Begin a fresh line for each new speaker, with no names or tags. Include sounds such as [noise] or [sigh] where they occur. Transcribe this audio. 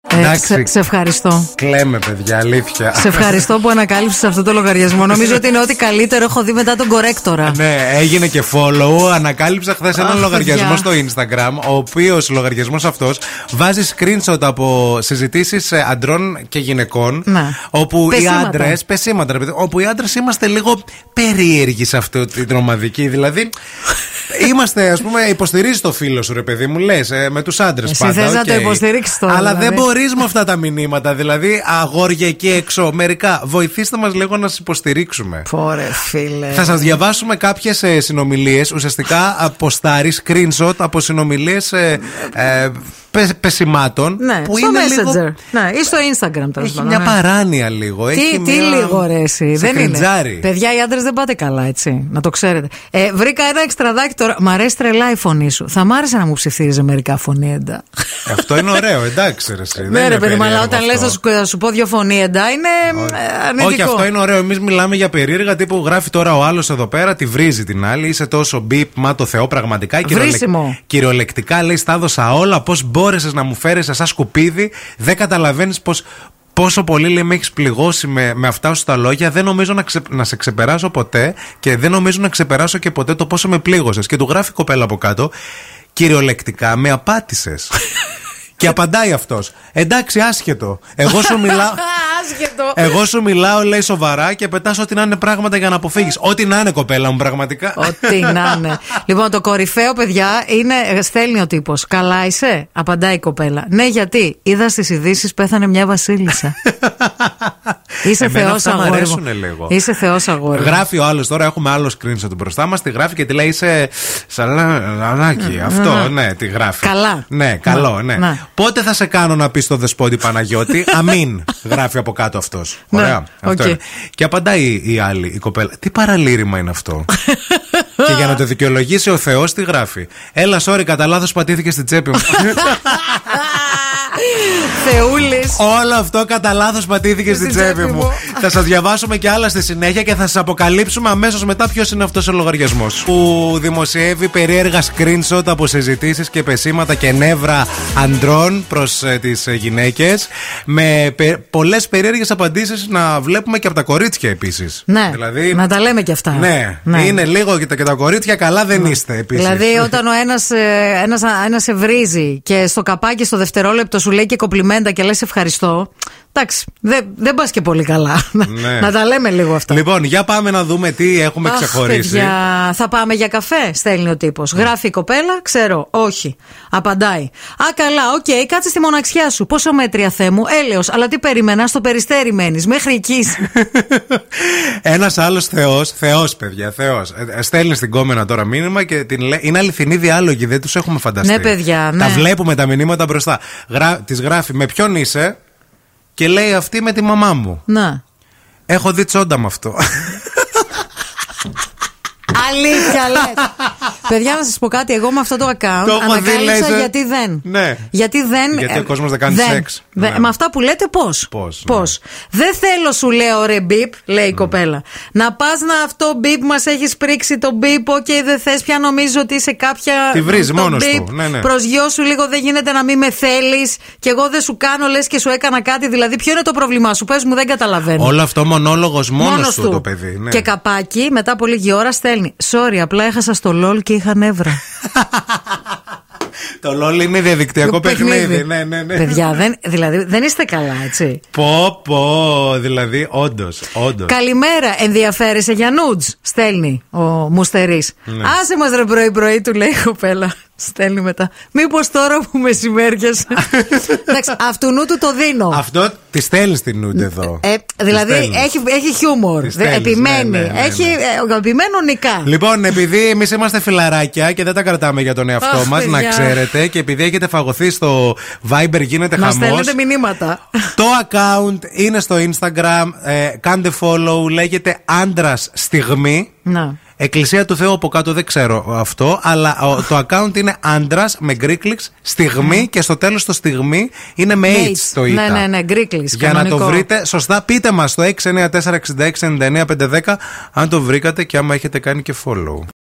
Ε,
Εντάξει.
σε, σε ευχαριστώ.
Κλαίμε, παιδιά, αλήθεια.
Σε ευχαριστώ που ανακάλυψες αυτό το λογαριασμό. Νομίζω ότι είναι ό,τι καλύτερο έχω δει μετά τον κορέκτορα.
Ναι, έγινε και follow. Ανακάλυψα χθες
Αχ,
έναν λογαριασμό στο
παιδιά.
Instagram, ο οποίος λογαριασμός αυτός βάζει screenshot από συζητήσεις αντρών και γυναικών.
Ναι.
Όπου οι
Πεσήματα.
άντρε. Πεσήματα, ρε παιδί, όπου οι άντρες είμαστε λίγο περίεργοι σε αυτή την ομαδική. Δηλαδή, είμαστε, ας πούμε, υποστηρίζει το φίλο σου, ρε παιδί μου, λες, με τους άντρες
Εσύ
πάντα.
θες να
οκ.
το υποστηρίξεις τώρα,
Αλλά δεν
δηλαδή.
μπορείς με αυτά τα μηνύματα. Δηλαδή, αγόρια εκεί έξω, μερικά, βοηθήστε μας λίγο να σας υποστηρίξουμε.
Πόρε φίλε.
Θα σας διαβάσουμε κάποιες ε, συνομιλίες. Ουσιαστικά αποστάρεις screenshot από συνομιλίες ε, ε, πε- πεσημάτων.
Ναι,
που
στο
είναι
Messenger.
Λίγο,
Ναι, ή στο Instagram τώρα.
έχει μια παράνοια λίγο.
Τι,
έχει
τι
μια-
λίγο ρε εσύ.
σε
Δεν
κριντζάρει.
είναι. Παιδιά, οι άντρες δεν πάτε καλά, έτσι. Να το ξέρετε. Ε, βρήκα ένα εξτραδάκι τώρα. Μ' αρέσει τρελά η φωνή σου. Θα μ' άρεσε να μου ψιθύριζε μερικά φωνήεντα.
Αυτό είναι ωραίο, εντάξει. Ρε, εσύ, δεν
Ναι,
είναι
ρε παιδί μου, αλλά
περίεργο
όταν
αυτό.
λε να σου, να σου πω δύο φωνήεντα είναι ε, αρνητικό.
Όχι, αυτό είναι ωραίο. Εμείς μιλάμε για περίεργα τύπου γράφει τώρα ο άλλος εδώ πέρα, τη βρίζει την άλλη. Είσαι τόσο μπίπ, μα το Θεό, πραγματικά.
Βρίσιμο.
κυριολεκτικά λέει, τα έδωσα όλα. Πώς μπόρεσες να μου φέρει σαν σκουπίδι. Δεν καταλαβαίνεις πώ. Πόσο πολύ λέει, με έχεις πληγώσει με, με αυτά σου τα λόγια, δεν νομίζω να, ξε- να σε ξεπεράσω ποτέ και δεν νομίζω να ξεπεράσω και ποτέ το πόσο με πλήγωσες. Και του γράφει η κοπέλα από κάτω, κυριολεκτικά με απάτησες.
[laughs]
και απαντάει αυτός. Εντάξει, άσχετο. Εγώ σου μιλάω.
[laughs] Άσχετο.
Εγώ σου μιλάω, λέει σοβαρά και πετάς ό,τι να είναι πράγματα για να αποφύγεις. Ό,τι να είναι, κοπέλα μου, πραγματικά.
Ό,τι να είναι. λοιπόν, το κορυφαίο, παιδιά, είναι. ε, Στέλνει ο τύπος. Καλά είσαι, απαντάει η κοπέλα. Ναι, γιατί είδα στις ειδήσεις πέθανε μια
[laughs]
βασίλισσα. Είσαι
Εμένα
θεός
αυτά μ'
αγόρι. μου.
αρέσουνε λίγο.
Είσαι θεός αγόρι.
[laughs]
μου.
Γράφει ο άλλος τώρα, έχουμε άλλο screenshot μπροστά μας. Τη γράφει και τη λέει είσαι σαλανάκι. Αυτό, ναι, τη γράφει.
Καλά.
Ναι, καλό, ναι.
Ναι.
Πότε θα σε κάνω να πεις στο δεσπότη
[laughs]
Παναγιώτη, αμήν, γράφει από κάτω αυτός.
Ναι,
Ωραία. Αυτό
οκ.
είναι. Και απαντάει η άλλη, η κοπέλα, τι παραλήρημα είναι
[laughs]
αυτό. και για να το δικαιολογήσει ο Θεός, τι γράφει. Έλα, sorry, κατά λάθος πατήθηκε στην
[laughs]
τσέπη μου.
Θεούλης.
Όλο αυτό κατά λάθος πατήθηκε στην τσέπη μου. θα σας διαβάσουμε και άλλα στη συνέχεια και θα σας αποκαλύψουμε αμέσως μετά ποιος είναι αυτός ο λογαριασμός. Που δημοσιεύει περίεργα screenshot από συζητήσεις και πεσήματα και νεύρα ε, αντρών προ τι γυναίκες. Με πε, πολλές περίεργες απαντήσεις να βλέπουμε και από τα κορίτσια επίσης.
Ναι, να τα λέμε και αυτά.
Ναι,
Ναι.
είναι λίγο και τα, και τα κορίτσια καλά δεν είστε επίσης.
Δηλαδή, όταν ο ένας ένας, ένας σε βρίζει και στο καπάκι, στο δευτερόλεπτο σου λέει και κοπλιμέντα και λες ευχαριστώ. Εντάξει, δεν, δεν πας και πολύ καλά. Να-
Ναι.
να τα λέμε λίγο αυτά.
Λοιπόν, για πάμε να δούμε τι έχουμε
Αχ,
ξεχωρίσει. Ναι.
παιδιά, θα πάμε για καφέ, στέλνει ο τύπος. Γράφει η κοπέλα, ξέρω, όχι. Απαντάει. Α, καλά, οκ, κάτσε στη μοναξιά σου. Πόσο μέτρια θέ μου, έλεος, αλλά τι περίμενα, στο περιστέρι μένεις, μέχρι εκεί.
[laughs] Ένας άλλος Θεός, Θεός, παιδιά, Θεός. Στέλνει στην κόμενα τώρα μήνυμα και την λέει. Είναι αληθινή διάλογοι, δεν τους έχουμε φανταστεί.
Ναι, παιδιά, ναι.
Τα βλέπουμε τα μηνύματα μπροστά. Γρα... Τη γράφει με ποιον είσαι και λέει αυτή με τη μαμά μου.
Να.
Έχω δει τσόντα με αυτό.
Αλήθεια, λες. [laughs] Παιδιά, να σας πω κάτι. Εγώ με αυτό το account
Το έχω δει,
ανακάλυψα
λες, ε.
γιατί δεν.
Ναι.
Γιατί δεν.
Γιατί ο
ε,
κόσμος δεν κάνει
δεν.
σεξ.
Δεν.
Ναι.
Με αυτά που λέτε, πώς.
Πώς, ναι.
Δεν θέλω, σου λέω, ρε μπίπ, λέει η κοπέλα. Να πας να αυτό μπίπ, μας έχεις πρίξει το μπίπ. Οκ, δεν θες πια νομίζω ότι είσαι κάποια.
Τη βρίζει
το
μόνος
μπίπ.
του, ναι, ναι.
Προσγειώ σου λίγο, δεν γίνεται να μην με θέλεις. Και εγώ δεν σου κάνω, λες και σου έκανα κάτι. Δηλαδή, ποιο είναι το πρόβλημά σου, πες μου, δεν καταλαβαίνω.
Όλο αυτό μονόλογος μόνος
Ε, ναι. Μόνος
του το παιδί. Ναι.
Και καπάκι μετά από λίγη ώρα στέλνει. Sorry, απλά έχασα στο LOL και είχα νεύρα.
Το λόλι είναι διαδικτυακό παιχνίδι. Ναι, ναι, ναι.
Παιδιά, δεν, δηλαδή δεν είστε καλά, έτσι.
Πω, πω, δηλαδή, όντως, όντως.
Καλημέρα, ενδιαφέρεσαι για νούτζ, στέλνει ο Μουστερής.
Ναι.
Άσε μας ρε πρωί-πρωί, του λέει η κοπέλα. Στέλνει μετά. Μήπως τώρα που
[laughs]
μεσημέριασε. Εντάξει, αυτού νου του το δίνω.
Αυτό τη στέλνεις την νούντε εδώ.
Ε,
Τη
δηλαδή
στέλνεις.
έχει, έχει χιούμορ.
Τις
Δε-
στέλνεις, ναι,
επιμένει.
ναι, ναι,
Έχει, ε, επιμένω νικά.
Λοιπόν, επειδή εμείς είμαστε φιλαράκια και δεν τα κρατάμε για τον εαυτό
Αχ,
μας, να
παιδιά.
ξέρετε, και επειδή έχετε φαγωθεί στο Viber, γίνεται
Να
χαμός.
στέλνετε
[laughs]
μηνύματα.
Το account είναι στο Instagram. ε, κάντε follow, λέγεται άντρας στιγμή.
Να.
Εκκλησία του Θεού από κάτω δεν ξέρω αυτό, αλλά ο- το account είναι άντρας με γκρίκλιξ στιγμή και στο τέλος το στιγμή είναι με H
Mates.
το
Ναι,
ήττα.
ναι, ναι, γκρίκλις,
Για να το
κανονικό.
βρείτε, σωστά πείτε μας το 694 66 99 510 αν το βρήκατε και άμα έχετε κάνει και follow.